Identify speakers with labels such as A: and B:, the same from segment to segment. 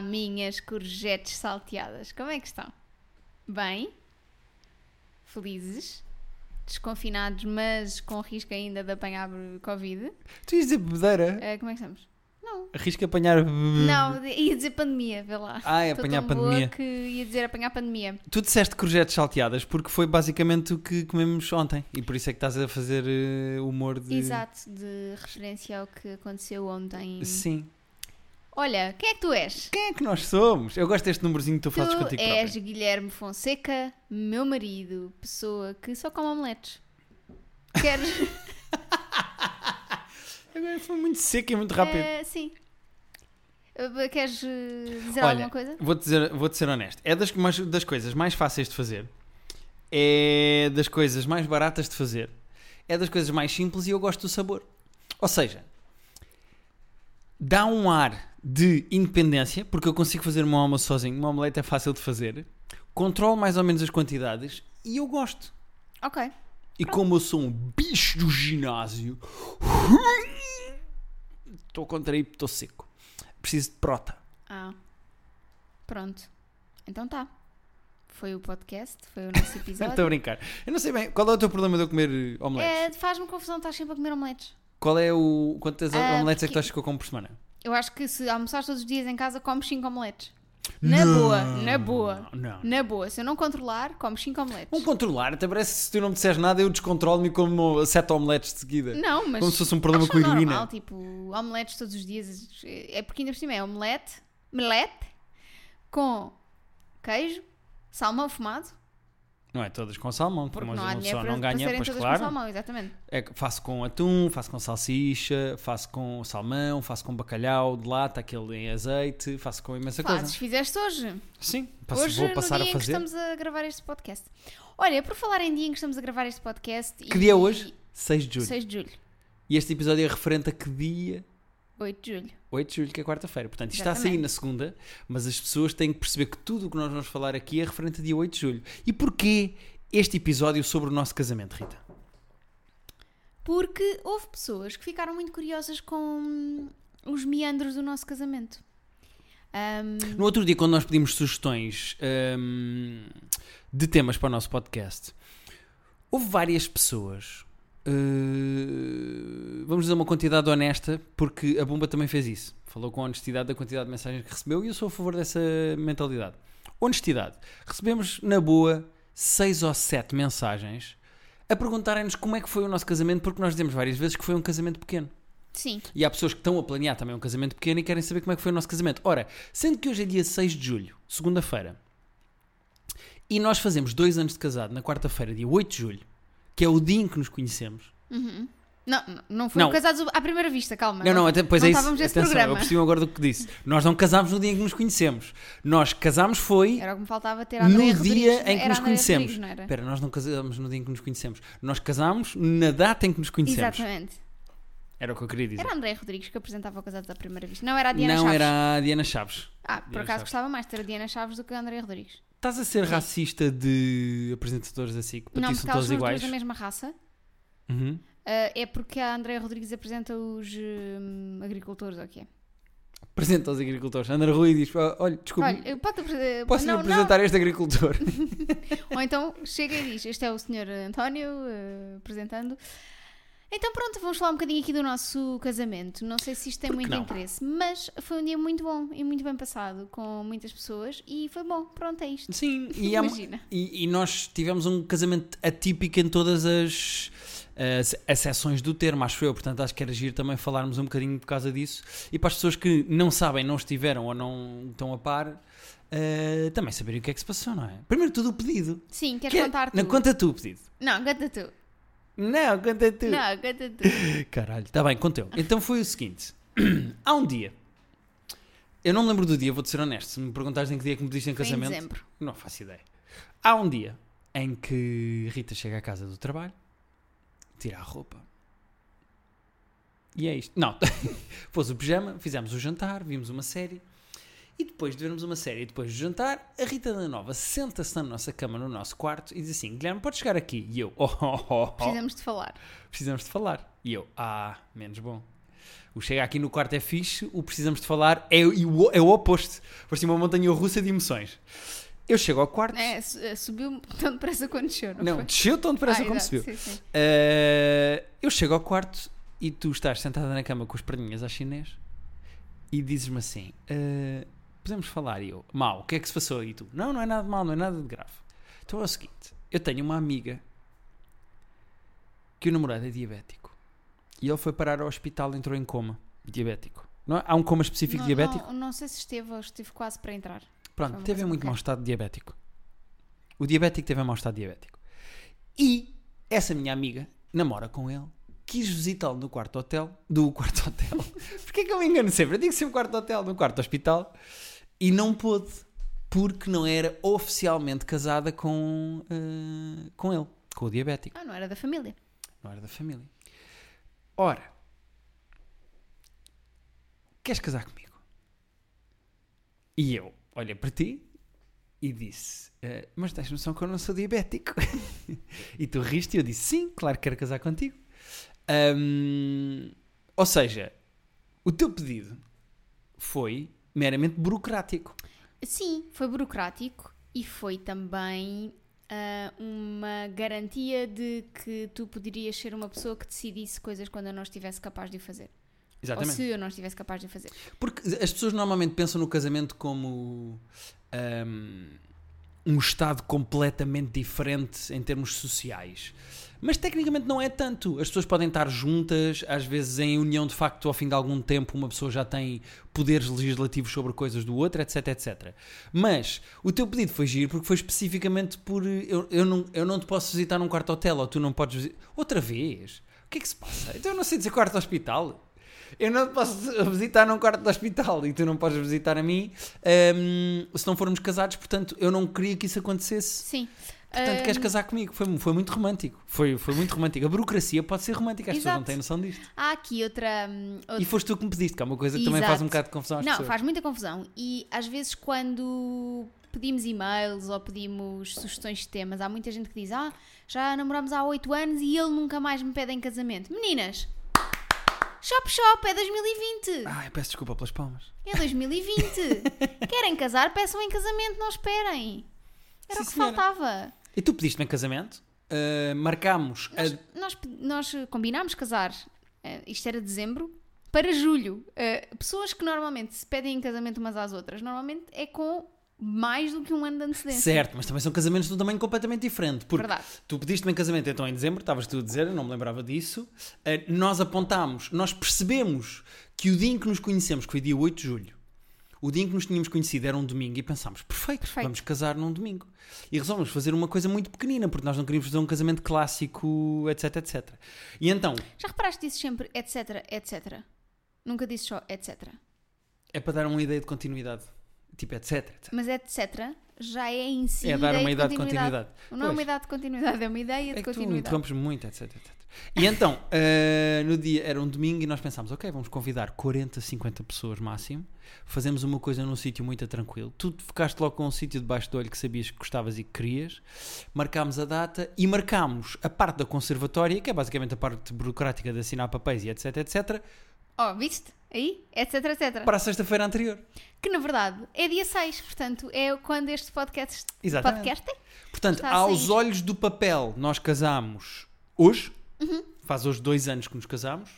A: minhas courgettes salteadas. Como é que estão? Bem? Felizes? Desconfinados, mas com risco ainda de apanhar Covid?
B: Tu ias dizer bebedeira?
A: Eh, como é que estamos? Não.
B: Arrisca apanhar.
A: Não, de- ia dizer pandemia, vê lá.
B: Hum. Ah, é
A: Tô
B: apanhar
A: tão
B: pandemia.
A: Boa que ia dizer apanhar pandemia.
B: Tu disseste courgettes salteadas porque foi basicamente o que comemos ontem e por isso é que estás a fazer eh, humor de.
A: Exato, de referência ao que aconteceu ontem.
B: Sim.
A: Olha, quem é que tu és?
B: Quem é que nós somos? Eu gosto deste númerozinho que tu, fazes
A: Tu
B: contigo
A: és
B: próprio.
A: Guilherme Fonseca, meu marido, pessoa que só come omeletes. Queres?
B: Agora foi muito seco e muito rápido.
A: Eh, sim. Eh, Queres eh, dizer
B: Olha,
A: alguma coisa?
B: Vou-te dizer, vou ser honesto. É das, mais- das coisas mais fáceis de fazer. É das coisas mais baratas de fazer. É das coisas mais simples e eu gosto do sabor. Ou seja, dá um ar de independência, porque eu consigo fazer uma almoço sozinho. Uma omelete é fácil de fazer. Controlo mais ou menos as quantidades e eu gosto.
A: Ok.
B: E como eu sou um bicho do ginásio, estou contraído, estou seco. Preciso de prota.
A: Ah. Pronto. Então tá. Foi o podcast, foi o nosso
B: Estou a
A: episódio.
B: brincar. Eu não sei bem, qual é o teu problema de eu comer omeletes?
A: É, Faz-me confusão, estás sempre a comer omeletes.
B: Qual é o. Quantas
A: Ah,
B: omeletes é que tu
A: porque-
B: achas que eu como por semana?
A: Eu acho que se almoçares todos os dias em casa, comes 5 omeletes. Na
B: Não,
A: boa, na boa.
B: não, não.
A: Na boa. Se eu não controlar, comes 5 omeletes.
B: Vão Um controlar, até parece que se tu não me disseres nada eu descontrolo-me e como sete omeletes de seguida.
A: Não, mas.
B: Como se fosse um problema
A: acho
B: com a heroína.
A: normal, tipo, omeletes todos os dias. É é porque ainda por cima é omelete, melete, com queijo, salmão fumado.
B: Não é todas com salmão,
A: Porque
B: mas
A: não há
B: uma
A: dinheiro
B: pessoa
A: para,
B: não
A: para
B: ganha,
A: serem
B: pois
A: todas com
B: claro.
A: salmão, exatamente.
B: É que faço com atum, faço com salsicha, faço com salmão, faço com bacalhau de lata, aquele em azeite, faço com imensa
A: Fazes,
B: coisa.
A: fizeste hoje.
B: Sim, passo-
A: hoje,
B: vou passar
A: no
B: a
A: dia em que
B: fazer.
A: estamos a gravar este podcast. Olha, por falar em dia em que estamos a gravar este podcast...
B: Que dia é hoje? 6 de julho.
A: 6 de julho.
B: E este episódio é referente a que dia?
A: 8 de julho.
B: 8 de julho, que é quarta-feira. Portanto, isto está a sair
A: Exatamente.
B: na segunda, mas as pessoas têm que perceber que tudo o que nós vamos falar aqui é referente a dia 8 de julho. E porquê este episódio sobre o nosso casamento, Rita?
A: Porque houve pessoas que ficaram muito curiosas com os meandros do nosso casamento. Ahm,
B: No outro dia, quando nós pedimos sugestões hum, de temas para o nosso podcast, houve várias pessoas. uh, vamos dizer uma quantidade honesta, porque a Bomba também fez isso. Falou com honestidade da quantidade de mensagens que recebeu e eu sou a favor dessa mentalidade. Honestidade. Recebemos, na boa, seis ou sete mensagens a perguntarem-nos como é que foi o nosso casamento, porque nós dizemos várias vezes que foi um casamento pequeno.
A: sim,
B: E há pessoas que estão a planear também um casamento pequeno e querem saber como é que foi o nosso casamento. Ora, sendo que hoje é dia 6 de julho, segunda-feira, e nós fazemos dois anos de casado na quarta-feira, dia 8 de julho, que é o dia em que nos conhecemos.
A: não, não- não foram
B: Não.
A: casados à primeira vista, calma.
B: Não, não, até, pois
A: não
B: é isso.
A: estávamos nesse
B: Atenção, eu
A: programa.
B: percebi agora do que disse. Nós não casámos no dia em que nos conhecemos. Nós casámos foi
A: Era o que me faltava ter a
B: no
A: Andréia
B: dia
A: Rodrigues,
B: em
A: era
B: que nos
A: a Andréia
B: conhecemos.
A: Rodrigues, não era?
B: Espera, nós não casámos no dia em que nos conhecemos. Nós casámos na data em que nos conhecemos.
A: Exatamente.
B: Era o que eu queria dizer.
A: Era a Andréia Rodrigues que apresentava o Casados à Primeira Vista. Não era a Diana
B: não
A: Chaves.
B: era a Diana Chaves.
A: Ah, por
B: Diana
A: acaso
B: Chaves.
A: gostava mais de ter a Diana Chaves do que a Andréia Rodrigues.
B: Estás a ser racista de apresentadores da SIC? Para
A: não,
B: ti
A: porque
B: são
A: elas
B: todos
A: são as duas
B: iguais?
A: da mesma raça.
B: Uhum.
A: Ah, é porque a Andréia Rodrigues apresenta os hum, agricultores, ou o que é?
B: Apresenta aos agricultores. André Rui diz: "Ah, Olha, desculpe,
A: Olha, eu posso, apre-
B: posso lhe
A: não,
B: apresentar este agricultor?
A: não. Ou então chega e diz: Este é o Sr. António ah, apresentando. Então pronto, vamos falar um bocadinho aqui do nosso casamento. Não sei se isto tem
B: Por que
A: muito
B: não?
A: interesse, mas foi um dia muito bom e muito bem passado com muitas pessoas e foi bom. Pronto, é isto.
B: Sim, e, há-
A: Imagina.
B: e- e nós tivemos um casamento atípico em todas as, as acessões do termo, acho eu. Portanto, acho que era giro também falarmos um bocadinho por causa disso. E para as pessoas que não sabem, não estiveram ou não estão a par, ah, também saberem o que é que se passou, não é? Primeiro, tudo o pedido.
A: Sim, queres
B: Quer-
A: contar tu?
B: Não, conta tu o pedido.
A: Não, conta tu.
B: Não, conta tu.
A: Não, conta tu.
B: Caralho, está bem, conteu. Então foi o seguinte: há um dia, eu não me lembro do dia, vou-te ser honesto. Se me perguntares em que dia é que me pediste em
A: Foi em
B: casamento,
A: dezembro.
B: não faço ideia. Há um dia em que Rita chega à casa do trabalho, tira a roupa e é isto. Não, pôs o pijama, fizemos o jantar, vimos uma série. E depois de vermos uma série, e depois do jantar, a Rita da Nova senta-se na nossa cama, no nosso quarto, e diz assim: Guilherme, podes chegar aqui? E eu, oh, oh, oh, oh
A: Precisamos de falar.
B: precisamos de falar. E eu, ah, menos bom. O chega aqui no quarto é fixe, o precisamos de falar é, e o- é o oposto. Por cima, uma montanha russa de emoções. Eu chego ao quarto.
A: É, su- é, subiu tão depressa quanto desceu, não,
B: Não,
A: foi?
B: desceu tão depressa
A: Ah,
B: como
A: exato, sim,
B: subiu.
A: sim.
B: Eh, eu chego ao quarto e tu estás sentada na cama com as perninhas à chinês e dizes-me assim: eh, Podemos falar? E eu, mal, o que é que se passou? E tu, não, não é nada de mal, não é nada de grave. Então é o seguinte: eu tenho uma amiga que o namorado é diabético e ele foi parar ao hospital, entrou em coma diabético. Não é? Há um coma específico
A: Não-
B: diabético?
A: Não, não sei se esteve ou estive quase para entrar. Foi
B: Pronto,
A: uma
B: teve
A: coisa
B: em muito
A: qualquer.
B: mau estado diabético. O diabético teve em mau estado diabético. E essa minha amiga namora com ele, quis visitá-lo no quarto hotel, do quarto hotel. Porquê é que eu me engano sempre? Eu digo sempre quarto hotel, no quarto hospital. E não pôde, porque não era oficialmente casada com, eh, com ele, com o diabético.
A: Ah, não era da família.
B: Não era da família. Ora, queres casar comigo? E eu olhei para ti e disse: "Eh, Mas tens noção que eu não sou diabético? e tu riste e eu disse: Sim, claro que quero casar contigo. Ahm, ou seja, o teu pedido foi meramente burocrático.
A: Sim, foi burocrático e foi também ah, uma garantia de que tu poderias ser uma pessoa que decidisse coisas quando eu não estivesse capaz de o fazer. Ou se eu não estivesse capaz de o fazer.
B: Porque as pessoas normalmente pensam no casamento como ahm, um, estado completamente diferente em termos sociais. Mas tecnicamente não é tanto. As pessoas podem estar juntas, às vezes em união de facto, ao fim de algum tempo, uma pessoa já tem poderes legislativos sobre coisas do outro, etc, etc. Mas o teu pedido foi giro porque foi especificamente por eh, eu, eu, não, eu não te posso visitar num quarto hotel ou tu não podes visitar. Outra vez? O que é que se passa? Então eu não sei dizer quarto hospital. Eu não te posso visitar num quarto de hospital e tu não podes visitar a mim hum, se não formos casados. Portanto, eu não queria que isso acontecesse.
A: Sim.
B: Portanto,
A: Ah,
B: queres casar comigo? Foi, foi muito romântico. Foi, foi muito romântico. A burocracia pode ser romântica, as pessoas
A: Exato.
B: não têm noção disto.
A: Há aqui outra. hum,
B: E foste tu que me pediste, que é uma coisa que também
A: Exato.
B: faz um bocado de confusão às
A: Não,
B: pessoas.
A: faz muita confusão. E às vezes quando pedimos e-mails ou pedimos sugestões de temas, há muita gente que diz: Ah, já namoramos há 8 anos e ele nunca mais me pede em casamento. Meninas, shop shop, é 2020.
B: Ai, peço desculpa pelas palmas.
A: É 2020. Querem casar, peçam em casamento, não esperem. Era
B: Sim,
A: o que
B: senhora.
A: faltava.
B: E tu pediste-me em casamento, ah, marcámos a-
A: Nós, pe- nós combinámos casar, eh, isto era dezembro, para julho. Eh, pessoas que normalmente se pedem em casamento umas às outras, normalmente é com mais do que um ano de antecedência.
B: Certo, mas também são casamentos de um tamanho completamente diferente. Porque
A: Verdade.
B: tu pediste-me em casamento então em dezembro, estavas tu a dizer, eu não me lembrava disso. Eh, nós apontámos, nós percebemos que o dia em que nos conhecemos, que foi dia 8 de julho, o dia em que nos tínhamos conhecido era um domingo e pensámos, perfeito,
A: Perfeito.
B: vamos casar num domingo. E resolvemos fazer uma coisa muito pequenina, porque nós não queríamos fazer um casamento clássico, etc, etc. E então,
A: Já reparaste que dizes sempre etc, etc? Nunca dizes só etc.
B: é para dar uma ideia de continuidade, tipo etc, etc.
A: Mas etc já é em si
B: É dar
A: ideia
B: uma ideia de continuidade.
A: Não é
B: Pois.
A: uma idade de continuidade, é uma ideia de
B: É que tu
A: continuidade.
B: interrompes muito, etc, etc. E então, eh, no dia, era um domingo e nós pensámos, ok, vamos convidar 40, 50 pessoas máximo, fazemos uma coisa num sítio muito tranquilo. Tu ficaste logo com um sítio debaixo do olho que sabias que gostavas e que querias, marcámos a data e marcámos a parte da conservatória, que é basicamente a parte burocrática de assinar papéis e etc, etc,
A: Oh, viste? Aí? Etc, etc.
B: para a sexta-feira anterior.
A: Que na verdade é dia 6, portanto é quando este podcast,
B: Exatamente.
A: podcast é.
B: Portanto,
A: Está a
B: aos
A: sair.
B: olhos do papel, nós casámos hoje.
A: Uhum.
B: Faz hoje dois anos que nos casámos.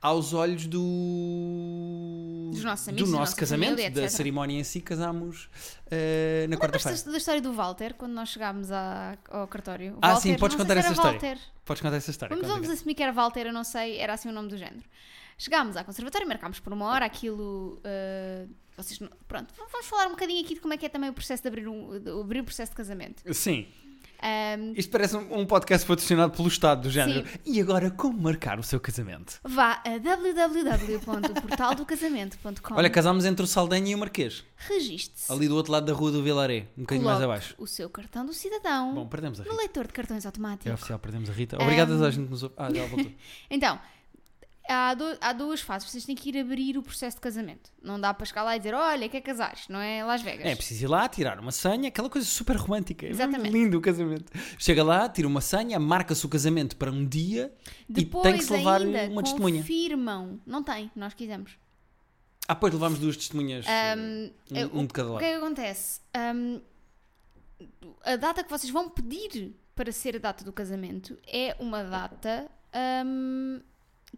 B: Aos olhos do.
A: Dos nossos
B: do
A: amigos, da
B: nosso
A: nossa
B: casamento,
A: família,
B: da
A: etc..
B: cerimónia em si, casámos eh, na quarta-feira.
A: Lembras-te da- da história do Walter, quando nós chegámos à- ao cartório? O
B: Ah,
A: Walter,
B: sim, podes
A: não sei
B: contar
A: se era
B: essa história.
A: Walter.
B: Podes contar essa história.
A: Vamos,
B: conta,
A: vamos
B: Inês.
A: assumir que era Walter, eu não sei, era assim o nome do género. Chegámos à conservatória, marcámos por uma hora aquilo. ah, vocês não- pronto, v- vamos falar um bocadinho aqui de como é que é também o processo de abrir, um, de abrir o processo de casamento.
B: Sim,
A: Ahm,
B: isto parece um, um podcast patrocinado pelo Estado do género.
A: Sim.
B: E agora, como marcar o seu casamento?
A: vá a www.portaldocasamento.com.
B: Olha, casámos entre o Saldanha e o Marquês,
A: Registre-se.
B: ali do outro lado da rua do Vilaré, um bocadinho mais
A: Coloque
B: abaixo.
A: O seu cartão do cidadão
B: Bom, perdemos a
A: no
B: Rita.
A: leitor de Um cartões automático. Ehm.
B: É oficial, perdemos a Rita. Obrigado a toda a gente que nos ouve. Ah, já voltou.
A: Então, há, do- há duas fases. Vocês têm que ir abrir o processo de casamento. Não dá para chegar lá e dizer, olha, quer casar? Isto não é Las Vegas.
B: É preciso ir lá, tirar uma senha, aquela coisa super romântica. É mesmo
A: Exatamente.
B: lindo o casamento. Chega lá, tira uma senha, marca-se o casamento para um dia
A: Depois
B: e tem que se levar
A: ainda
B: uma testemunha.
A: confirmam. Não tem, nós quisemos.
B: Ah, pois levámos duas testemunhas.
A: Ahm,
B: eh,
A: eu-
B: um, um de cada
A: O
B: lado.
A: que é que acontece? Ahm, a data que vocês vão pedir para ser a data do casamento é uma data ahm,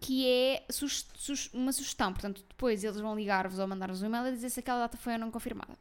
A: que é sus- sus- uma sugestão. Portanto, depois eles vão ligar-vos ou mandar-vos um e-mail a dizer se aquela data foi ou não confirmada.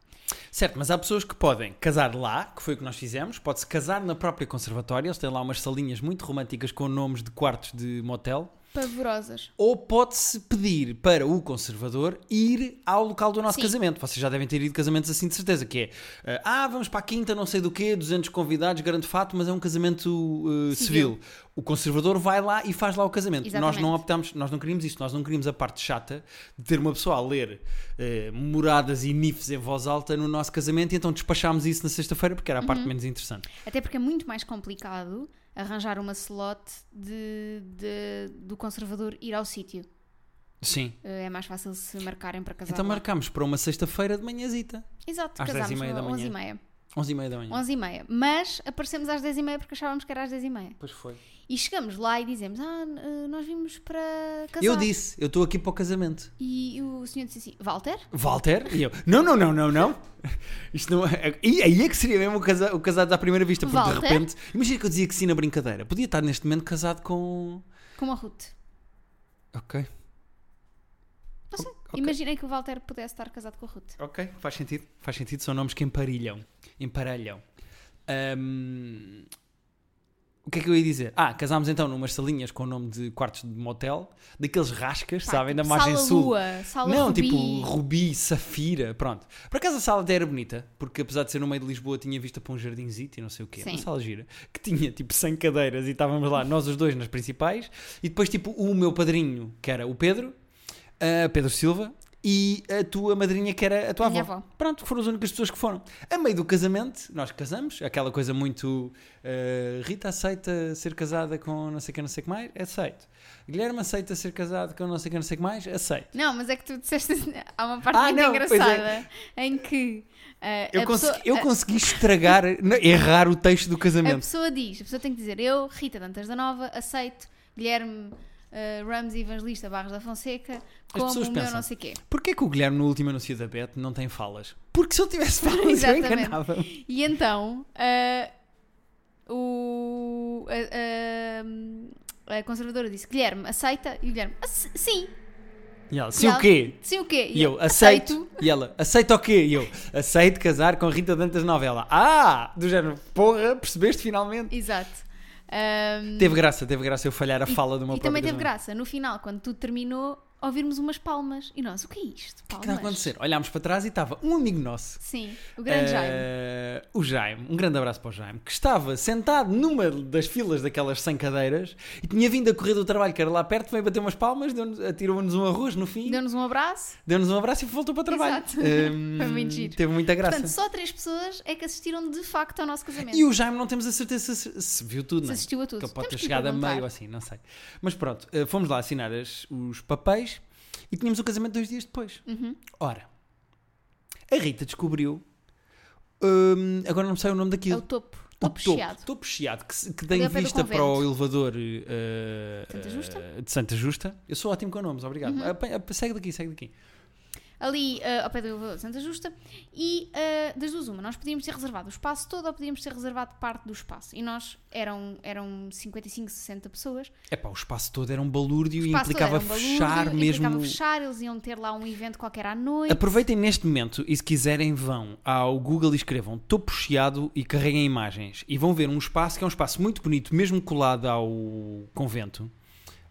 B: Certo, mas há pessoas que podem casar lá, que foi o que nós fizemos, pode-se casar na própria conservatória, eles têm lá umas salinhas muito românticas com nomes de quartos de motel,
A: Pavorosas.
B: ou pode-se pedir para o conservador ir ao local do nosso
A: Sim.
B: casamento. Vocês já devem ter ido casamentos assim de certeza, que é eh, ah, vamos para a quinta, não sei do quê, 200 convidados, grande fato, mas é um casamento eh,
A: Civil.
B: civil. O conservador vai lá e faz lá o casamento. Nós
A: Exatamente.
B: não optámos, nós não queríamos isso, nós não queríamos a parte chata de ter uma pessoa a ler eh, moradas e nifs em voz alta no nosso casamento, e então despachámos isso na sexta-feira porque era a
A: Uhum.
B: parte menos interessante.
A: Até porque é muito mais complicado arranjar uma slot de, de- do conservador ir ao sítio.
B: Sim.
A: Eh, É mais fácil se marcarem para casar.
B: Então
A: lá.
B: marcámos para uma sexta-feira de manhãzita,
A: Exato,
B: às dez e
A: casámos
B: meia da manhã. Hum.
A: 11h30.
B: 11h30 da manhã.
A: 11h30. Mas aparecemos às 10h30 porque achávamos que era às 10h30.
B: Pois foi.
A: E chegamos lá e dizemos: Ah, n- eh, nós vimos para casar.
B: Eu disse, eu estou aqui para o casamento.
A: E o senhor disse assim: Walter?
B: Walter? E eu, não, não, não, não, não. Isto não é. E aí é que seria mesmo o, casa, o casado à primeira vista, porque de
A: Walter?
B: repente. Imagina que eu dizia que sim na brincadeira. Podia estar neste momento casado com.
A: Como a Ruth.
B: Ok,
A: Não sei.
B: ok.
A: Imaginei que o Walter pudesse estar casado com a Ruth.
B: ok, faz sentido. Faz sentido, são nomes que emparilham. Emparelham. Ahm, o que é que eu ia dizer? Ah, casámos então numas salinhas com o nome de quartos de motel, daqueles rascas,
A: Pá,
B: sabem, da
A: tipo,
B: margem
A: sala
B: sul.
A: Lua, sala
B: não,
A: Rubi.
B: tipo rubi, safira, pronto. Por acaso a sala até era bonita, porque apesar de ser no meio de Lisboa, tinha vista para um jardinzito e não sei o quê.
A: Sim.
B: Uma sala gira, que tinha tipo 100 cadeiras e estávamos lá, nós os dois nas principais, e depois tipo o meu padrinho, que era o Pedro, a Pedro Silva, e a tua madrinha, que era a tua
A: Minha
B: avó.
A: avó.
B: Pronto, foram as únicas pessoas que foram. A meio do casamento, nós casamos, aquela coisa muito. eh, Rita aceita ser casada com não sei o que, não sei o que mais? Aceito. Guilherme aceita ser casado com não sei o que, não sei o que mais? Aceito.
A: Não, mas é que tu disseste. Há uma parte
B: Ah,
A: muito
B: não, pois é.
A: engraçada em que. ah,
B: Eu,
A: a
B: consegui,
A: pessoa-
B: eu
A: a-
B: consegui estragar, n- errar o texto do
A: A
B: casamento.
A: pessoa diz, a pessoa tem que dizer eu, Rita Dantas da Nova, aceito Guilherme eh, Ramos Evangelista Barros da Fonseca como o
B: pessoas
A: meu
B: pensam.
A: não sei quê.
B: Porquê que o Guilherme no último anúncio da Bet não tem falas? Porque se eu tivesse falas eu
A: Exatamente.
B: enganava
A: E então eh, o, a, a- a conservadora disse Guilherme, aceita? E o Guilherme, "Ace- sim,
B: E ela, sim
A: E ela-
B: o quê?
A: sim o quê?
B: E eu, aceito. E ela, aceito o quê? E eu, aceito casar com Rita Dantas Novela. Ah! Do género, porra, percebeste finalmente?
A: Exato. Ahm,
B: Teve graça, teve graça eu falhar a fala de uma
A: e também teve
B: graça.
A: graça, no final, quando tudo terminou, ouvirmos umas palmas. E nós, o que é isto?
B: O que está a acontecer? Olhámos para trás e estava um amigo nosso
A: Sim, o grande
B: Eh,
A: Jaime.
B: O Jaime, um grande abraço para o Jaime, que estava sentado numa das filas daquelas 100 cadeiras e tinha vindo a correr do trabalho, que era lá perto, veio bater umas palmas, deu-nos- atirou-nos um arroz no fim,
A: Deu-nos um abraço.
B: deu-nos um abraço e voltou para o trabalho.
A: Exato.
B: Ehm,
A: Foi muito giro.
B: Teve muita graça.
A: Portanto, só três pessoas é que assistiram de facto ao nosso casamento.
B: e o Jaime não temos a certeza se, se viu tudo,
A: Se
B: não é?
A: assistiu a tudo.
B: Que ele pode
A: Temos
B: ter
A: que lhe
B: chegado a
A: perguntar.
B: meio, assim, não sei. Mas pronto, eh, fomos lá assinar as- os papéis e tínhamos o casamento dois dias depois.
A: Uhum.
B: Ora, a Rita descobriu. hum, agora não sei o nome
A: É
B: daquilo.
A: o topo.
B: O
A: Topo chiado.
B: Topo chiado, que, se- que tem
A: ao pé do
B: vista para o
A: convento.
B: elevador eh,
A: Santa
B: eh,
A: Justa? Uhum.
B: de Santa Justa. Eu sou ótimo com nomes, obrigado. Apanha- ap- segue daqui, segue daqui.
A: Ali eh, ao pé do elevador de Santa Justa. E eh, das duas, uma, nós podíamos ter reservado o espaço todo ou podíamos ter reservado parte do espaço. E nós eram, eram 55, 60 pessoas.
B: É pá, o espaço todo era um balúrdio
A: O
B: e
A: espaço todo
B: implicava
A: era um balúrdio,
B: fechar mesmo.
A: Implicava fechar, eles iam ter lá um evento qualquer à noite.
B: Aproveitem neste momento e se quiserem vão ao Google e escrevam topo chiado e carreguem imagens e vão ver um espaço que é um espaço muito bonito, mesmo colado ao convento.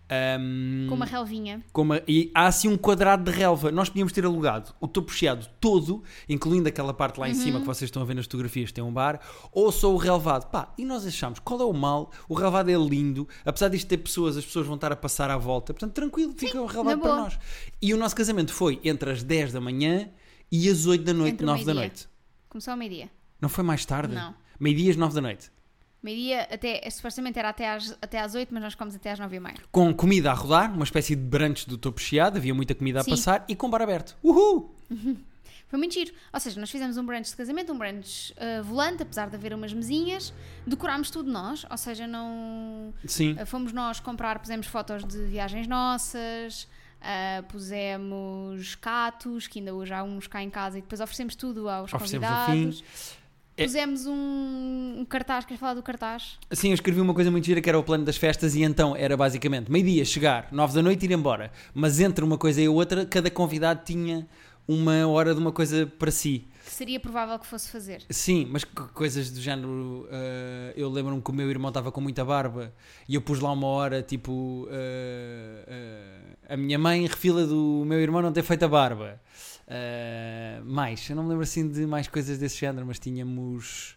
B: Ahm,
A: Com uma relvinha.
B: Como a- e há assim um quadrado de relva. Nós podíamos ter alugado o topo chiado todo, incluindo aquela parte lá em
A: Uhum.
B: cima que vocês estão a ver nas fotografias, tem um bar, ou só o relvado. Pá, e nós achámos, qual é o mal? O relvado é lindo, apesar disto ter pessoas, as pessoas vão estar a passar à volta. Portanto, tranquilo, fica o relvado
A: na
B: para
A: boa.
B: nós. E o nosso casamento foi entre as 10 da manhã e as 8 da noite,
A: Entre o
B: 9 da
A: meio-dia.
B: noite.
A: Começou ao meio-dia.
B: Não foi mais tarde?
A: Não.
B: Meio-dia às 9 da noite.
A: Meio-dia, até, supostamente era até às, até às 8, mas nós comemos até às 9 e meia.
B: Com comida a rodar, uma espécie de branches do topo chiado, havia muita comida a
A: Sim.
B: passar e com bar aberto. Uhul!
A: Foi muito giro. Ou seja, nós fizemos um brunch de casamento, um brunch ah, volante, apesar de haver umas mesinhas. Decorámos tudo nós, ou seja, não...
B: Sim.
A: ah, fomos nós comprar, pusemos fotos de viagens nossas, ah, pusemos catos, que ainda hoje há uns cá em casa, e depois oferecemos tudo aos
B: Oferecemos no fim. É-
A: convidados. Pusemos um, um cartaz, queres falar do cartaz?
B: Sim, Assim, eu escrevi uma coisa muito gira que era o plano das festas e então era basicamente meio-dia chegar, nove da noite e ir embora. Mas entre uma coisa e outra, cada convidado tinha uma hora de uma coisa para si.
A: Que seria provável que fosse fazer.
B: Sim, mas co- coisas do género. eh, eu lembro-me que o meu irmão estava com muita barba e eu pus lá uma hora, tipo. eh, eh, a minha mãe refila do meu irmão não ter feito a barba. Eh, mais, eu não me lembro assim de mais coisas desse género, mas tínhamos.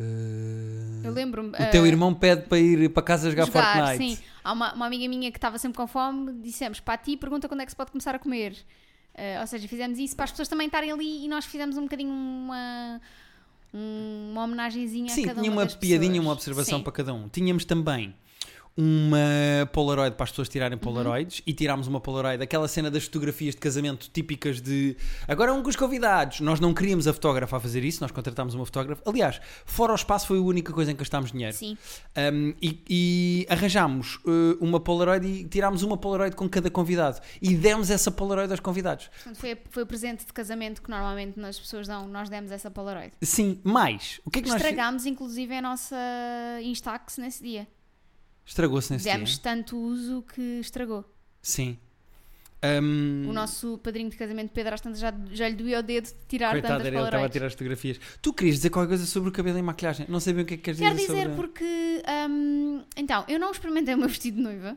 B: eh,
A: Eu lembro-me.
B: o teu irmão pede para ir para casa jogar, Fortnite.
A: Ah, Sim, há uma, uma amiga minha que estava sempre com fome, dissemos para ti, pergunta quando é que se pode começar a comer. Eh, ou seja, fizemos isso para as pessoas também estarem ali e nós fizemos um bocadinho uma, um- uma homenagenzinha
B: Sim,
A: a cada
B: tinha
A: uma
B: uma
A: das
B: piadinha,
A: pessoas.
B: uma observação
A: Sim.
B: para cada um. Tínhamos também uma Polaroid para as pessoas tirarem
A: Uhum.
B: Polaroids e tirámos uma Polaroid, aquela cena das fotografias de casamento típicas de agora um com os convidados. Nós não queríamos a fotógrafa a fazer isso, nós contratámos uma fotógrafa. Aliás, fora o espaço foi a única coisa em que gastámos dinheiro.
A: Sim.
B: Um, e, e arranjámos uh, uma Polaroid e tirámos uma Polaroid com cada convidado e demos essa Polaroid aos convidados.
A: Portanto, foi, foi o presente de casamento que normalmente as pessoas dão, nós demos essa Polaroid.
B: Sim, mais. O que é que nós
A: Estragámos, inclusive, a nossa Instax nesse dia.
B: estragou-se nesse
A: Demos
B: dia?
A: tanto uso que estragou.
B: Sim. Um,
A: O nosso padrinho de casamento, Pedro, às tantas, já, já lhe doía o dedo de tirar
B: Coitado,
A: tantas
B: era ele estava a
A: Polaroids.
B: tirar as fotografias. Tu querias dizer qualquer coisa sobre o cabelo e maquilhagem? Não sei bem o que é que queres
A: Quero
B: dizer,
A: dizer
B: sobre...
A: porque. hum, então, eu não experimentei o meu vestido de noiva.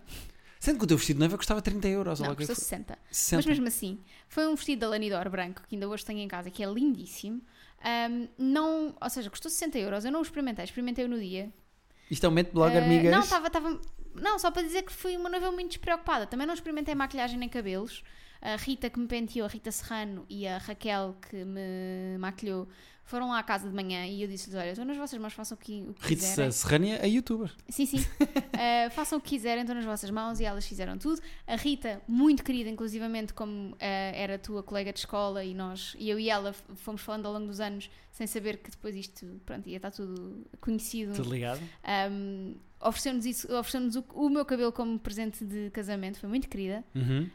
B: Sendo que o teu vestido de noiva custava 30 euros. ou
A: Não,
B: lá o que
A: custou
B: foi.
A: 60.
B: 60.
A: Mas mesmo assim, foi um vestido da Lanidor branco, que ainda hoje tenho em casa, que é lindíssimo. Hum, não, ou seja, custou 60 euros. Eu não o experimentei, experimentei no dia.
B: Isto é um momento blog,
A: Ah,
B: amigas.
A: não, estava. Tava, não, só para dizer que fui uma noiva muito despreocupada. Também não experimentei maquilhagem nem cabelos. A Rita que me penteou, a Rita Serrano e a Raquel que me maquilhou foram lá à casa de manhã e eu disse-lhes: Olha, estou nas vossas mãos, façam o que, o que
B: Rita
A: quiserem.
B: Serrania é youtuber.
A: Sim, sim. Uh, façam o que quiserem, estão nas vossas mãos e elas fizeram tudo. A Rita, muito querida, inclusivamente, como uh, era tua colega de escola e nós, e eu e ela f- fomos falando ao longo dos anos, sem saber que depois isto, pronto, ia estar tudo conhecido.
B: Tudo ligado?
A: Um, ofereceu-nos isso, ofereceu-nos o, o meu cabelo como presente de casamento, foi muito querida.
B: Uhum.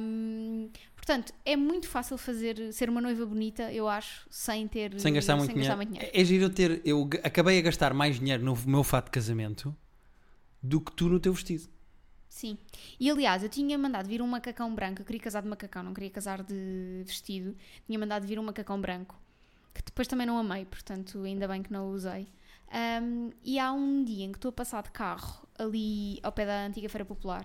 A: Um, portanto, é muito fácil fazer, ser uma noiva bonita, eu acho, sem ter...
B: Sem gastar muito dinheiro.
A: gastar muito dinheiro.
B: É é giro eu ter. Eu g- acabei a gastar mais dinheiro no meu fato de casamento do que tu no teu vestido.
A: Sim. E aliás, eu tinha mandado vir um macacão branco. Eu queria casar de macacão, não queria casar de vestido. Tinha mandado vir um macacão branco. Que depois também não amei, portanto, ainda bem que não o usei. Ahm, e há um dia em que estou a passar de carro ali ao pé da antiga Feira Popular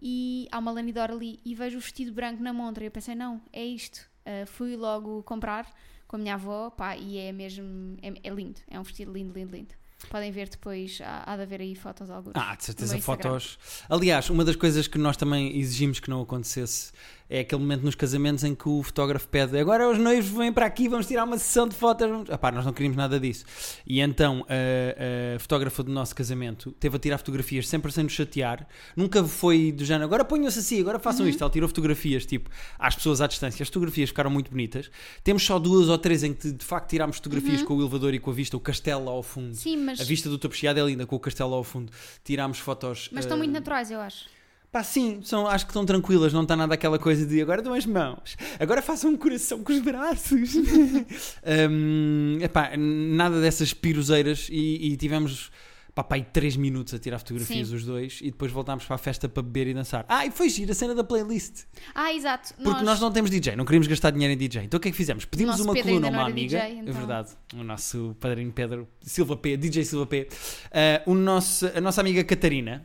A: e há uma lanidora ali e vejo o vestido branco na montra. E eu pensei, não, é isto. Ah, fui logo comprar com a minha avó, pá, e é mesmo. É, é lindo. É um vestido lindo, lindo, lindo. Podem ver depois, há, há de haver aí fotos algumas.
B: Ah, de certeza,
A: No meu Instagram.
B: fotos. Aliás, uma das coisas que nós também exigimos que não acontecesse é aquele momento nos casamentos em que o fotógrafo pede agora os noivos vêm para aqui, vamos tirar uma sessão de fotos. Vamos... Epá, nós não queríamos nada disso. E então a, a fotógrafa do nosso casamento teve a tirar fotografias sempre sem nos chatear, nunca foi do género agora ponham-se assim, agora façam isto. Ela tirou fotografias tipo às pessoas à distância. As fotografias ficaram muito bonitas. Temos só duas ou três em que de facto tirámos fotografias com o elevador e com a vista, o castelo lá ao fundo.
A: Sim, mas.
B: A vista do topo chiado é linda, com o castelo ao fundo. Tirámos fotos.
A: Mas
B: eh,
A: estão muito naturais, eu acho.
B: Pá, sim, são, acho que estão tranquilas, não está nada aquela coisa de agora dão as mãos, agora façam um coração com os braços. Hum, epá, nada dessas piroseiras e, e tivemos. Pá, pá, aí 3 minutos a tirar fotografias
A: Sim.
B: os dois e depois voltámos para a festa para beber e dançar. Ah, e foi giro a cena da playlist.
A: Ah, exato.
B: Porque nós... não temos DJ, não queríamos gastar dinheiro em DJ. Então o que é que fizemos? Pedimos
A: nosso
B: uma
A: Pedro
B: coluna a
A: ainda
B: uma
A: não era
B: amiga.
A: DJ, então.
B: É verdade. O nosso padrinho Pedro Silva P, DJ Silva P. Ah, o nosso, a nossa amiga Catarina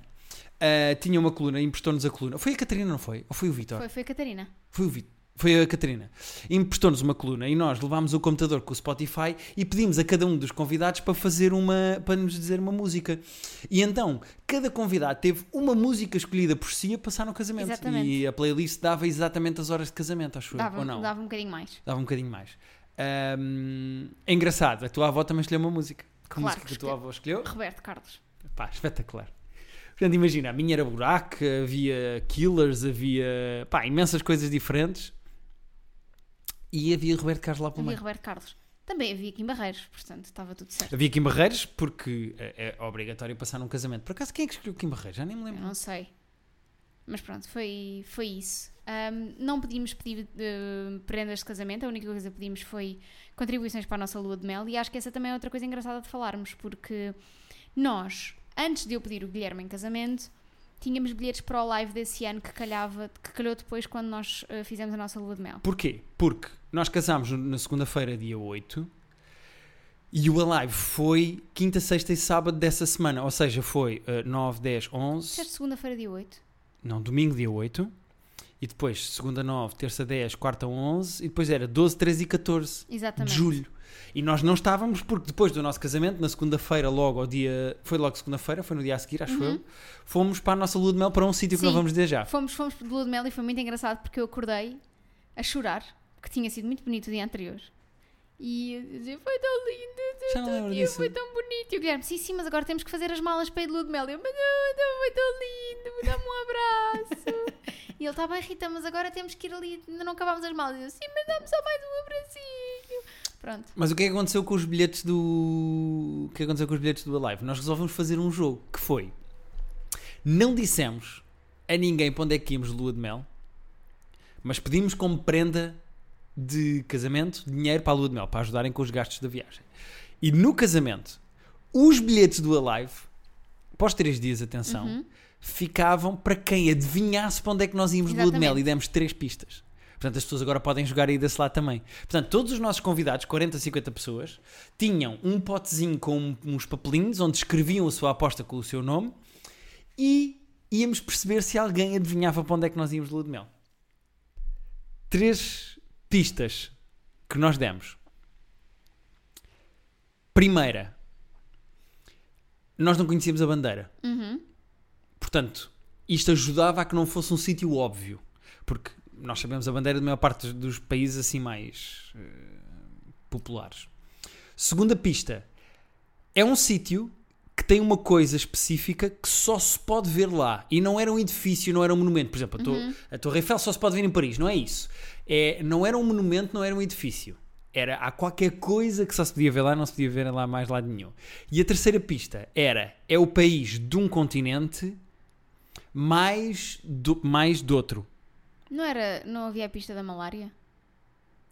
B: ah, tinha uma coluna, e emprestou-nos a coluna. Foi a Catarina, não foi? Ou foi o Vitor? Foi.
A: Foi, foi a Catarina.
B: o Vitor. Foi a Catarina. Emprestou-nos uma coluna e nós levámos o computador com o Spotify e pedimos a cada um dos convidados para fazer uma. para nos dizer uma música. E então, cada convidado teve uma música escolhida por si a passar no casamento.
A: Exatamente.
B: E a playlist dava exatamente as horas de casamento, acho eu,
A: Dava,
B: ou não?
A: dava um bocadinho mais.
B: Dava um bocadinho mais. Ahm, é engraçado, a tua avó também escolheu uma música. que
A: Claro
B: música
A: que
B: que a tua
A: escolhe-
B: avó escolheu.
A: Roberto Carlos.
B: Pá, espetacular. Portanto, imagina, a minha era buraco, havia killers, havia pá, imensas coisas diferentes. E havia Roberto Carlos lá pelo
A: Havia
B: meio.
A: Roberto Carlos. Também havia aqui em Barreiros, portanto, estava tudo certo.
B: Havia Kim Barreiros, porque é, é obrigatório passar num casamento. Por acaso, quem é que escolheu Kim Barreiros? Já nem me
A: Eu
B: lembro.
A: não sei. Mas pronto, foi, foi isso. Ahm, não podíamos pedir eh, prendas de casamento, a única coisa que pedimos foi contribuições para a nossa lua de mel. E acho que essa também é outra coisa engraçada de falarmos, porque nós, antes de eu pedir o Guilherme em casamento, tínhamos bilhetes para o live desse ano que, calhava, que calhou depois quando nós eh, fizemos a nossa lua de mel.
B: Porquê? Porque nós casámos na segunda-feira, dia 8, e o Alive foi quinta, sexta e sábado dessa semana. Ou seja, foi eh, 9, 10, 11.
A: Disseste é segunda-feira, dia 8.
B: Não, domingo dia 8. E depois segunda 9, terça 10, quarta 11. E depois era 12, 13 e 14
A: Exatamente.
B: de julho. E nós não estávamos porque depois do nosso casamento, na segunda-feira, logo ao dia. Foi logo segunda-feira, foi no dia a seguir, acho eu. Fomos para a nossa lua de mel para um sítio que
A: Uhum. Sim.
B: não vamos dizer já.
A: Fomos, fomos de lua de mel e foi muito engraçado porque eu acordei a chorar, porque tinha sido muito bonito o dia anterior. E eu dizia, foi tão lindo,
B: Já não lembro
A: o dia
B: disso.
A: foi tão bonito. E o Guilherme, sim, sim, mas agora temos que fazer as malas para ir de lua de mel. E eu, mas não, não, foi tão lindo, me dá-me um abraço. e ele, está bem, Rita, mas agora temos que ir ali, ainda não acabámos as malas. E eu, sim, mas dá-me só mais um abracinho. Pronto.
B: Mas o que é que aconteceu com os bilhetes do. O que é que aconteceu com os bilhetes do Alive? Nós resolvemos fazer um jogo que foi. Não dissemos a ninguém para onde é que íamos de lua de mel, mas pedimos como prenda de casamento dinheiro para a lua de mel, para ajudarem com os gastos da viagem. E no casamento, os bilhetes do Alive, após três dias, atenção, ficavam para quem adivinhasse para onde é que nós íamos de lua de mel
A: Exatamente.
B: e demos três pistas. Portanto, as pessoas agora podem jogar aí desse lado também. Portanto, todos os nossos convidados, 40, 50 pessoas, tinham um potezinho com uns papelinhos onde escreviam a sua aposta com o seu nome e íamos perceber se alguém adivinhava para onde é que nós íamos de lua de mel. Três pistas que nós demos. Primeira, nós não conhecíamos a bandeira. Portanto, isto ajudava a que não fosse um sítio óbvio. Porque nós sabemos a bandeira da maior parte dos países assim mais eh, populares. Segunda pista. É um sítio que tem uma coisa específica que só se pode ver lá. E não era um edifício, não era um monumento. Por exemplo, a, Tor- a Torre Eiffel só se pode ver em Paris. Não é isso. É, não era um monumento, não era um edifício. Era há qualquer coisa que só se podia ver lá, não se podia ver lá mais lado nenhum. E a terceira pista era: é o país de um continente mais do, mais do outro.
A: Não era, não havia a pista da malária?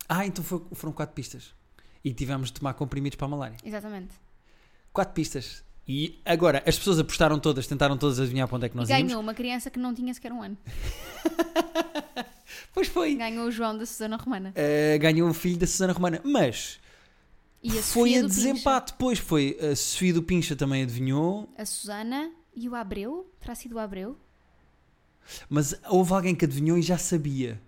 B: Ah, então foi- foram quatro pistas. E tivemos de tomar comprimidos para a malária.
A: Exatamente.
B: Quatro pistas. E agora, as pessoas apostaram todas, tentaram todas adivinhar para onde é que nós
A: e ganhou
B: íamos.
A: uma criança que não tinha sequer um ano.
B: Pois foi.
A: Ganhou o João da Susana Romana.
B: Eh, ganhou o filho da Susana Romana. Mas
A: E a
B: foi
A: Sofia
B: a
A: do Pincha.
B: desempate. Pois foi. A Sofia do Pincha também adivinhou.
A: a Susana e o Abreu? Terá sido o Abreu?
B: Mas houve alguém que adivinhou e já sabia.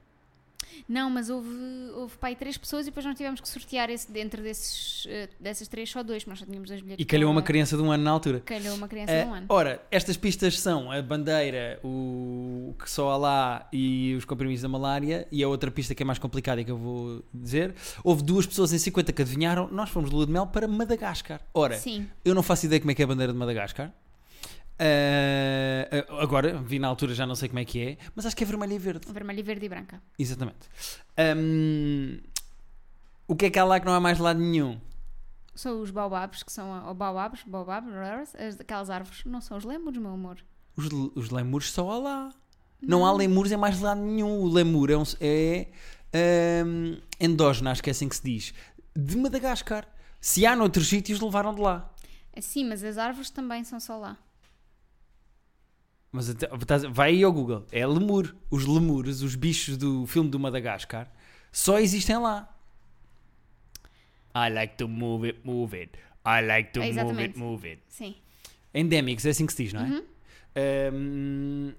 A: Não, mas houve, houve pai três pessoas e depois nós tivemos que sortear esse, dentro desses, eh, dessas três, só dois, mas só tínhamos dois bilhetes.
B: E calhou
A: para-
B: uma criança de um ano na altura.
A: Calhou uma criança
B: Eh,
A: de um ano.
B: ora, estas pistas são a bandeira, o que só há lá e os comprimidos da malária, e a outra pista que é mais complicada e que eu vou dizer. Houve duas pessoas em 50 que adivinharam, nós fomos de lua de mel para Madagascar. Ora,
A: Sim,
B: eu não faço ideia como é que é a bandeira de Madagascar. Eh, agora, vi na altura, já não sei como é que é, mas acho que é vermelha e verde.
A: vermelha, verde e branca.
B: Exatamente. Ahm, o que é que há lá que não há mais de lado nenhum?
A: São os baobabs, que são ou baobabs, baobabs, raras, as- aquelas árvores. Não são os lemos, meu amor.
B: Os, l- os lemures só há lá. Não, há lemures em mais lado nenhum. O lemur é, um, s- é hum, endógeno, acho que é assim que se diz. De Madagascar. Se há noutros sítios, levaram de lá.
A: Eh, Sim, mas as árvores também são só lá.
B: Mas até- estás- vai aí ao Google. É lemur. Os lemures, os bichos do filme do Madagascar, só existem lá. I like to move it, move it. I like to
A: É,
B: move
A: exatamente.
B: it, move it.
A: Sim.
B: Endémicos, é assim que se diz, não é?
A: Uhum.
B: Hum,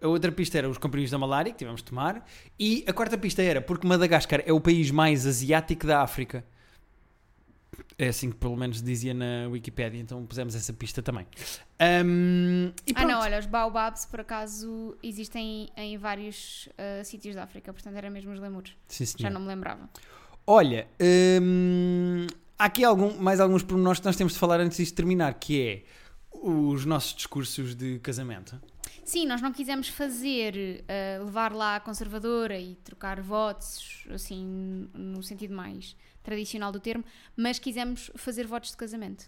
B: a outra pista era os comprimidos da malária, que tivemos de tomar. E a quarta pista era porque Madagascar é o país mais asiático da África. É assim que pelo menos dizia na Wikipédia, então pusemos essa pista também. Hum, e
A: Ah,
B: pronto.
A: não, olha, os baobabs, por acaso, existem em vários eh, sítios da
B: Hum.
A: África, portanto, era mesmo os lemures.
B: Sim,
A: Já
B: senhor.
A: não me lembrava.
B: Olha, hum, Há aqui algum, mais alguns pormenores que nós temos de falar antes disto terminar, que é os nossos discursos de casamento.
A: Sim, nós não quisemos fazer, eh, levar lá a conservadora e trocar votos, assim, no sentido mais tradicional do termo, mas quisemos fazer votos de casamento.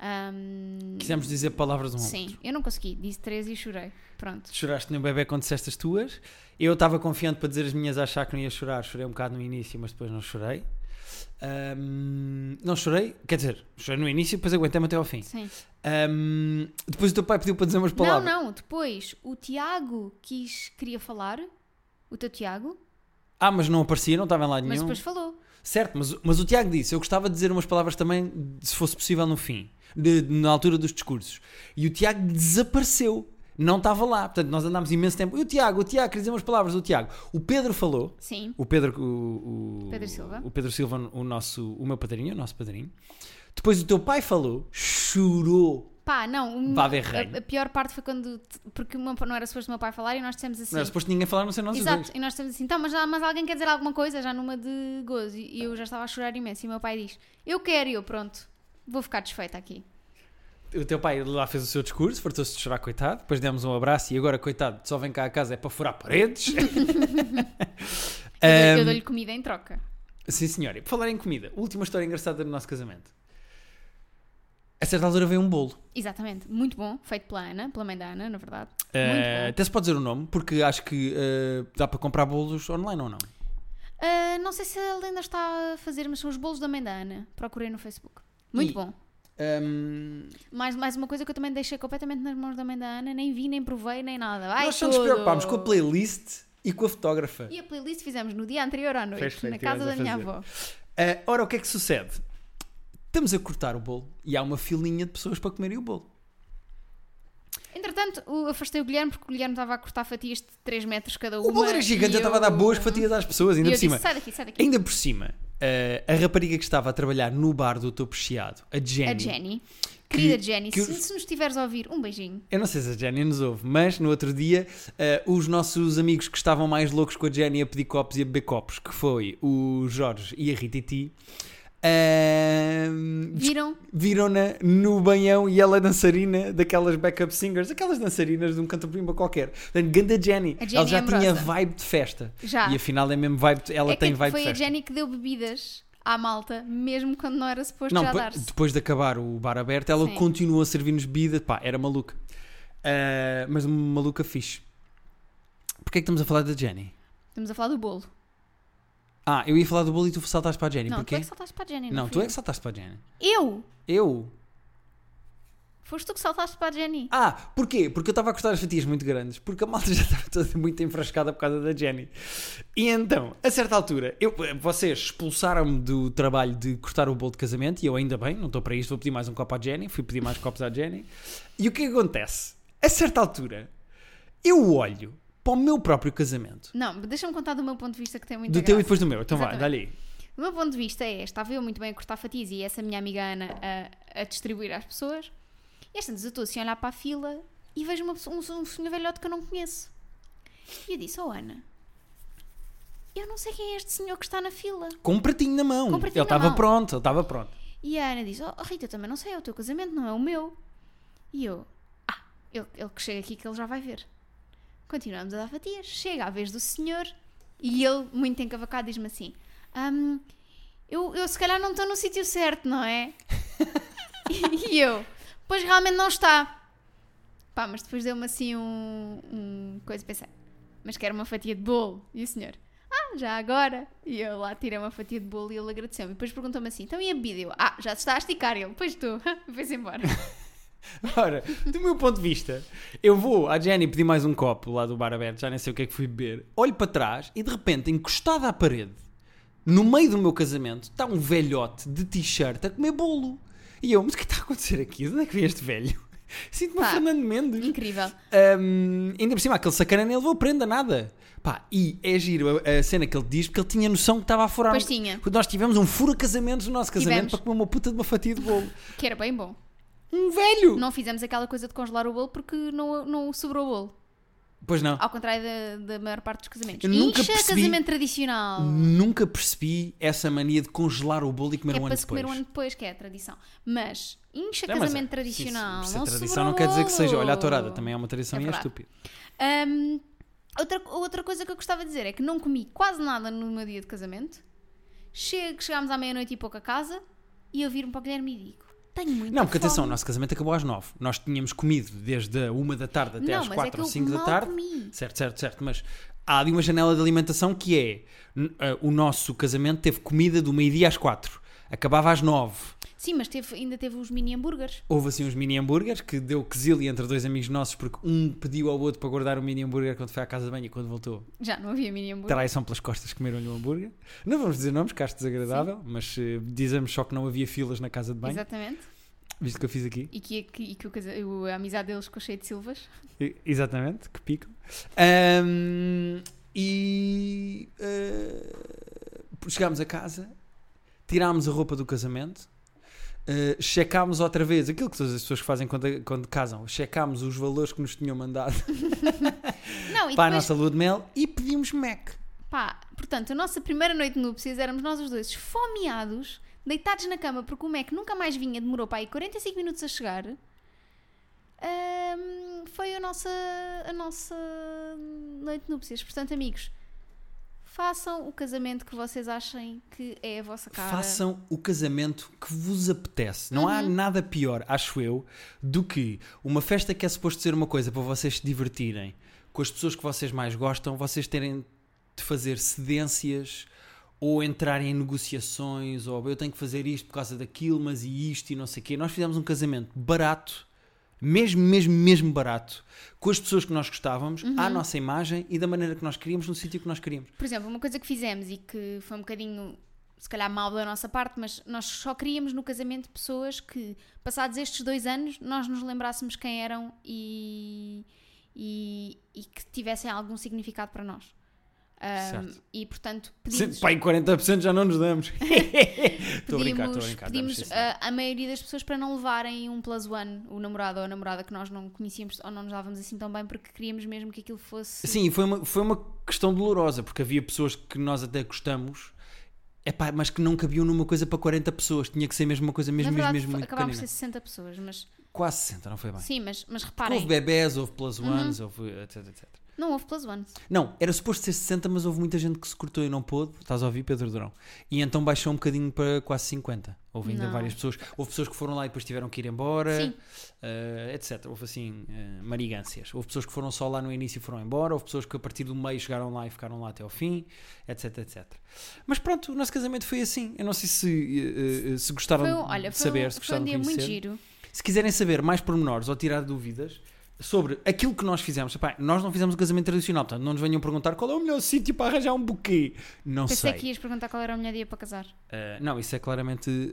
A: Ahm,
B: Quisemos dizer palavras um ao
A: Sim, eu não consegui, disse três e chorei. Pronto.
B: Tu Choraste no bebê quando disseste as tuas. Eu estava confiante para dizer as minhas, a achar que não ia chorar. Chorei um bocado no início, mas depois não chorei. Ahm, não chorei, quer dizer, chorei no início, depois aguentei-me até ao fim.
A: Sim.
B: Ahm, depois o teu pai pediu para dizer umas palavras.
A: Não, não, depois o Tiago quis, queria falar, o teu Tiago,
B: Ah, mas não aparecia, não estava em lado
A: mas
B: nenhum.
A: depois falou.
B: Certo, mas, mas o Tiago disse: Eu gostava de dizer umas palavras também, se fosse possível, no fim, de- de- na altura dos discursos. E o Tiago desapareceu, não estava lá. Portanto, nós andámos imenso tempo. E o Tiago, o Tiago, queria dizer umas palavras do Tiago. O Pedro falou.
A: Sim.
B: O Pedro, o, o-
A: Pedro Silva.
B: O Pedro Silva, o, nosso, o meu padrinho, o nosso padrinho. Depois o teu pai falou, chorou.
A: Pá, não, o-
B: Vá haver reino.
A: a, a pior parte foi quando. Porque o meu pa- não era suposto o meu pai falar e nós dissemos assim.
B: Não era suposto ninguém falar, não ser nós os
A: Exato,
B: dois.
A: e nós estamos assim, então, mas, mas alguém quer dizer alguma coisa já numa de gozo? E eu já estava a chorar imenso. E o meu pai diz: Eu quero, e eu pronto, vou ficar desfeita aqui.
B: O teu pai lá fez o seu discurso, fartou-se de chorar, coitado. Depois demos um abraço e agora, coitado, só vem cá a casa é para furar paredes.
A: Eu dou-
B: Ahm,
A: eu dou-lhe comida em troca.
B: Sim, senhora. E por falar em comida, última história engraçada do nosso casamento. A certa altura veio um bolo.
A: Exatamente, muito bom, feito pela Ana, pela mãe da Ana, na verdade.
B: Eh,
A: bom.
B: até se pode dizer o nome, porque acho que eh, dá para comprar bolos online ou não.
A: Ah, não sei se ele ainda está a fazer, mas são os bolos da mãe da Ana. Procurei no Facebook. Muito
B: E-
A: bom.
B: Ahm,
A: Mais, mais uma coisa que eu também deixei completamente nas mãos da mãe da Ana, nem vi, nem provei, nem nada. Ai,
B: Nós só nos
A: tudo.
B: preocupámos com a playlist e com a fotógrafa.
A: E a playlist fizemos no dia anterior à noite,
B: Fez bem
A: na
B: que
A: casa da
B: tivemos a
A: minha
B: fazer.
A: avó.
B: Ah, ora, o que é que sucede? Estamos a cortar o bolo e há uma filinha de pessoas para comerem o bolo.
A: Entretanto, o- afastei o Guilherme porque o Guilherme estava a cortar fatias de 3 metros cada uma.
B: O bolo era gigante,
A: e
B: já estava a dar
A: eu-
B: boas fatias às pessoas,
A: E
B: ainda
A: eu
B: por
A: disse,
B: cima.
A: sai daqui, sai daqui.
B: Ainda por cima, ah, a rapariga que estava a trabalhar no bar do Topo Chiado, a É Jenny.
A: A Jenny. Querida
B: Que-
A: Jenny,
B: que-
A: se, se nos estiveres a ouvir, um beijinho.
B: Eu não sei se a Jenny nos ouve, mas no outro dia ah, os nossos amigos que estavam mais loucos com a Jenny a pedir copos e a beber copos, que foi o Jorge e a Rititi, ah,
A: Viram?
B: viram-na no banhão e ela é dançarina daquelas backup singers, aquelas dançarinas de um canto-prima qualquer. Portanto, ganda Jenny.
A: A Jenny
B: ela já
A: é
B: tinha
A: amorosa.
B: vibe de festa.
A: Já.
B: E afinal é mesmo vibe, de- ela
A: é
B: tem
A: que
B: vibe
A: foi
B: de
A: a
B: festa.
A: Jenny que deu bebidas à malta, mesmo quando não era suposto
B: Não,
A: já
B: depois-
A: dar-se.
B: depois de acabar o bar aberto, ela
A: Sim.
B: continuou a servir-nos bebida. Pá, era maluca. Ah, mas uma maluca fixe. Porquê é que estamos a falar da Jenny?
A: Estamos a falar do bolo.
B: Ah, eu ia falar do bolo e tu saltaste para a Jenny.
A: não, tu
B: Porquê?
A: é que saltaste para a Jenny, não
B: não, tu
A: fui
B: é que saltaste para a Jenny.
A: Eu?
B: Eu?
A: Foste tu que saltaste para a Jenny?
B: Ah, porquê? Porque eu estava a cortar as fatias muito grandes, porque a malta já estava toda muito enfrascada por causa da Jenny. E então, a certa altura, eu, eh, vocês expulsaram-me do trabalho de cortar o bolo de casamento, e eu ainda bem, não estou para isto, vou pedir mais um copo à Jenny, fui pedir mais copos à Jenny. E o que é que acontece? A certa altura, eu olho para o meu próprio casamento,
A: Não, deixa-me contar do meu ponto de vista que tem muito
B: do teu e depois do meu. Então vá,
A: Exatamente.
B: dá-lhe aí.
A: O meu ponto de vista é: estava eu muito bem a cortar fatias e essa minha amiga Ana a, a distribuir às pessoas. E esta eu estou assim a olhar para a fila e vejo uma pessoa- um, um senhor velhote que eu não conheço. E eu disse: Oh Ana, eu não sei quem é este senhor que está na fila.
B: Com um pratinho na mão.
A: Com um pratinho
B: ele
A: na
B: estava
A: mão.
B: pronto, ele estava pronto.
A: E a Ana diz: Oh Rita, eu também não sei, é o teu casamento, não é o meu. E eu: Ah, ele, ele que chega aqui que ele já vai ver. Continuamos a dar fatias. Chega à vez do senhor e ele, muito encavacado, diz-me assim: "Hum, eu, eu se calhar não estou no sítio certo, não é? e eu: Pois realmente não está. Pá, mas depois deu-me assim um, um coisa, pensei: Mas quero uma fatia de bolo. E o senhor: Ah, já agora. E eu lá tirei uma fatia de bolo e ele agradeceu-me. E depois perguntou-me assim: Então e a bebida? Eu: Ah, já te está a esticar. Ele: Pois tu. E foi-se embora.
B: Ora, do meu ponto de vista, eu vou à Jenny pedir mais um copo lá do bar aberto, já nem sei o que é que fui beber. Olho para trás e de repente, encostado à parede, no meio do meu casamento, está um velhote de t-shirt a comer bolo. E eu, mas o que está a acontecer aqui? De onde é que vem este velho? Sinto-me a
A: Pá,
B: Fernando Mendes.
A: Incrível.
B: Ahm, ainda por cima, aquele sacana nem levou prenda nada. Pá, e é giro a, a cena que ele diz porque ele tinha noção que estava a furar.
A: Pois tinha.
B: Nós tivemos um furo casamento no nosso casamento
A: Tivemos.
B: para comer uma puta de uma fatia de bolo.
A: Que era bem bom.
B: Um velho!
A: Não fizemos aquela coisa de congelar o bolo porque não, não sobrou o bolo.
B: Pois não.
A: Ao contrário da- da maior parte dos casamentos.
B: Eu nunca
A: Incha
B: percebi-
A: casamento tradicional.
B: Nunca percebi essa mania de congelar o bolo e comer
A: que é
B: um ano
A: para se
B: depois.
A: comer um ano depois, que é a tradição. Mas, incha
B: É, mas é.
A: casamento
B: Sim, sim.
A: tradicional.
B: Se é
A: não
B: tradição não quer dizer que seja. Olha, a tourada também é uma tradição
A: É
B: e é
A: verdade.
B: estúpido.
A: Hum, outra, outra coisa que eu gostava de dizer é que não comi quase nada no meu dia de casamento. Chego, chegámos à meia-noite e pouco a casa e eu viro-me para o Guilherme e digo: Tenho muito
B: Não, porque atenção, o nosso casamento acabou às 9. Nós tínhamos comido desde a 1 da tarde até
A: Não,
B: às
A: mas é
B: 4
A: que
B: ou
A: eu
B: 5 da
A: mal
B: tarde.
A: comi.
B: Certo, certo, certo. Mas há ali uma janela de alimentação que é: n- ah, o nosso casamento teve comida do meio-dia às 4. Acabava às 9.
A: Sim, mas teve- ainda teve os mini hambúrgueres.
B: Houve assim uns mini hambúrgueres que deu quesilha entre dois amigos nossos porque um pediu ao outro para guardar o mini hambúrguer quando foi à casa de banho e quando voltou
A: Já não havia mini hambúrgueres.
B: traição pelas costas comeram-lhe um hambúrguer. Não vamos dizer nomes, que acho desagradável, mas eh, dizemos só que não havia filas na casa de banho,
A: Exatamente.
B: visto que eu fiz aqui.
A: E que, que- e que o casa- o- a amizade deles com o cheio de Silvas.
B: E- Exatamente, que pico. Ahm, e eh, chegámos a casa, tirámos a roupa do casamento, eh, checámos outra vez aquilo que todas as pessoas fazem quando, quando casam, checámos os valores que nos tinham mandado
A: Não, e
B: para
A: depois,
B: a nossa lua de mel e pedimos Mac.
A: pá, portanto, a nossa primeira noite de núpcias éramos nós os dois esfomeados, deitados na cama, porque o Mac nunca mais vinha, demorou para aí 45 minutos a chegar. Ahm, foi a nossa, a nossa noite de núpcias. Portanto, amigos, façam o casamento que vocês achem que é a vossa cara.
B: Façam o casamento que vos apetece. Não há nada pior, acho eu, do que uma festa que é suposto ser uma coisa para vocês se divertirem com as pessoas que vocês mais gostam, vocês terem de fazer cedências ou entrarem em negociações, ou eu tenho que fazer isto por causa daquilo, mas e isto e não sei o quê. Nós fizemos um casamento barato, mesmo, mesmo, mesmo barato, com as pessoas que nós gostávamos, à nossa imagem e da maneira que nós queríamos, no sítio que nós queríamos.
A: Por exemplo, uma coisa que fizemos e que foi um bocadinho, se calhar, mal da nossa parte, mas nós só queríamos no casamento pessoas que, passados estes dois anos, nós nos lembrássemos quem eram e, e, e que tivessem algum significado para nós. Ahm,
B: Certo.
A: E, portanto,
B: Sim,
A: pedimos,
B: Pá, em 40% já não nos damos. Estou a brincar, estou a
A: pedimos,
B: brincar. damos
A: pedimos ah,
B: sim, senhor.
A: a, a maioria das pessoas para não levarem um plus one, o namorado ou a namorada que nós não conhecíamos ou não nos dávamos assim tão bem, porque queríamos mesmo que aquilo fosse.
B: Sim, foi uma, foi uma questão dolorosa, porque havia pessoas que nós até gostamos, epá, mas que não cabiam numa coisa para 40 pessoas. Tinha que ser mesmo uma coisa mesmo,
A: Na verdade,
B: mesmo, mesmo muito
A: acabámos de
B: pequenina.
A: ter 60 pessoas, mas.
B: Quase 60, não foi bem.
A: Sim, mas, mas
B: Porque
A: reparem.
B: houve bebés, houve plus ones, houve etc, etc.
A: Não houve plus one.
B: Não, era suposto ser 60, mas houve muita gente que se cortou e não pôde. Estás a ouvir, Pedro Durão? E então baixou um bocadinho para quase 50. Houve ainda
A: Não.
B: várias pessoas. Houve pessoas que foram lá e depois tiveram que ir embora,
A: Sim.
B: eh, etc. Houve assim, eh, marigâncias. Houve pessoas que foram só lá no início e foram embora. Houve pessoas que a partir do meio chegaram lá e ficaram lá até ao fim, etc, etc. Mas pronto, o nosso casamento foi assim. Eu não sei se, eh, eh, se gostaram
A: Foi um, olha,
B: de
A: foi
B: saber,
A: um,
B: se
A: foi um
B: gostaram de
A: dia
B: conhecer.
A: muito giro.
B: Se quiserem saber mais pormenores ou tirar dúvidas sobre aquilo que nós fizemos, Epá, nós não fizemos um casamento tradicional, portanto não nos venham perguntar qual é o melhor sítio para arranjar um buquê. Não
A: Pensei
B: sei.
A: que ias perguntar qual era o melhor dia para casar.
B: Ah, não, isso é claramente
A: 31
B: ah,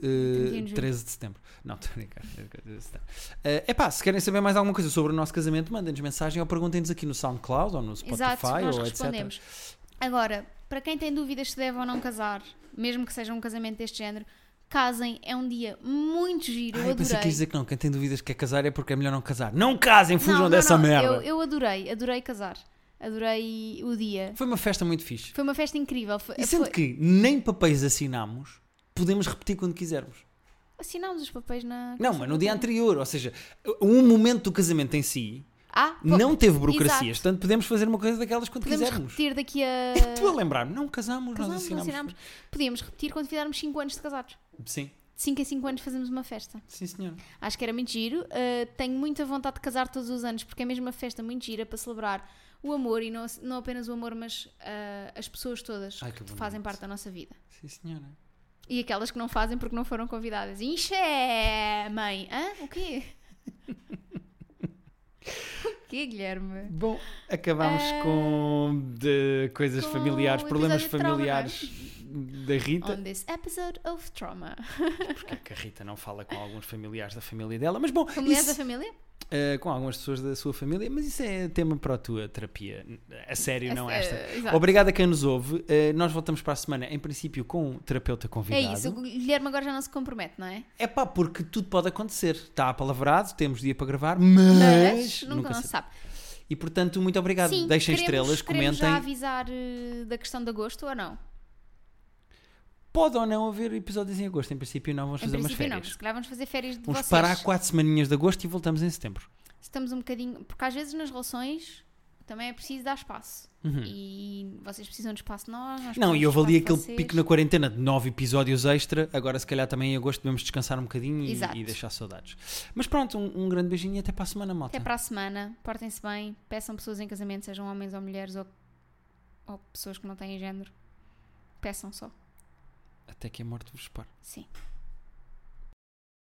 A: de julho.
B: 13 de setembro. Não, estou a brincar. 13 de setembro. Ah, epá, se querem saber mais alguma coisa sobre o nosso casamento, mandem-nos mensagem ou perguntem-nos aqui no SoundCloud ou no Spotify
A: Exato, nós
B: ou
A: respondemos.
B: etc.
A: Agora, para quem tem dúvidas se deve ou não casar, mesmo que seja um casamento deste género, casem, é um dia muito giro.
B: Ai,
A: eu
B: eu pensei
A: adorei.
B: que ias dizer que não. Quem tem dúvidas que quer casar é porque é melhor não casar. Não casem,
A: não,
B: fujam
A: não,
B: dessa
A: não,
B: merda.
A: Eu, eu adorei, adorei casar. Adorei o dia.
B: Foi uma festa muito fixe.
A: Foi uma festa incrível. Foi,
B: E sendo
A: Eh, foi-
B: é que nem papéis assinámos, podemos repetir quando quisermos.
A: Assinámos os papéis na.
B: Não, mas no dia anterior, ou seja, um momento do casamento em si
A: Ah, pô,
B: não teve burocracias,
A: exato.
B: portanto podemos fazer uma coisa daquelas quando
A: Podemos
B: quisermos.
A: repetir daqui a.
B: Tu a lembrar-me, não casamos, nós
A: Casámos, não
B: assinámos.
A: assinámos. Podíamos repetir quando fizermos 5 anos de casados.
B: Sim,
A: De 5 em 5 anos fazemos uma festa.
B: sim senhor.
A: Acho que era muito giro. Uh, tenho muita vontade de casar todos os anos, porque é mesmo uma festa muito gira para celebrar o amor e não, não apenas o amor, mas uh, as pessoas todas
B: Ai,
A: que,
B: que bonito.
A: fazem parte da nossa vida.
B: Sim senhora.
A: E aquelas que não fazem porque não foram convidadas. Inxé, mãe! Hã? O quê? o quê, Guilherme?
B: Bom, acabámos com de coisas
A: Eh, com
B: familiares,
A: o
B: problemas
A: episódio de trauma, é?
B: familiares da Rita.
A: On this episode of trauma.
B: Porque é que a Rita não fala com alguns familiares da família dela, mas bom,
A: Familiares
B: isso-
A: da é família?
B: eh, com algumas pessoas da sua família, mas isso é tema para a tua terapia, a sério, não
A: É,
B: esta.
A: é, exato.
B: Obrigado a quem nos ouve. Eh, nós voltamos para a semana, em princípio, com um
A: É
B: terapeuta convidado.
A: isso, o Guilherme agora já não se compromete, não é?
B: É pá, porque tudo pode acontecer. Está apalavrado, temos dia para gravar, mas,
A: nunca, não
B: se
A: se sabe.
B: E portanto, muito obrigado.
A: Sim,
B: Deixem
A: queremos,
B: estrelas,
A: queremos
B: comentem.
A: já avisar eh, da questão de agosto ou não?
B: Pode ou não haver episódios em agosto. Em princípio, não vamos
A: em
B: fazer umas
A: princípio não,
B: férias.
A: se calhar vamos fazer férias de
B: Vamos
A: vocês.
B: parar quatro semaninhas de agosto e voltamos em setembro.
A: Estamos um bocadinho... Porque às vezes nas relações também é preciso dar espaço. E vocês precisam de espaço de nós, nós
B: Uhum. Não,
A: precisamos
B: e
A: de
B: houve ali
A: espaço
B: aquele
A: de vocês.
B: pico na quarentena de nove episódios extra. Agora, se calhar, também em agosto devemos descansar um bocadinho e,
A: Exato.
B: e deixar saudades. Mas pronto, um, um grande beijinho e até para a semana, malta.
A: Até para a semana. Portem-se bem. Peçam pessoas em casamento, sejam homens ou mulheres ou, ou pessoas que não têm género. Peçam só.
B: Até que a morte vos separe.
A: Sim.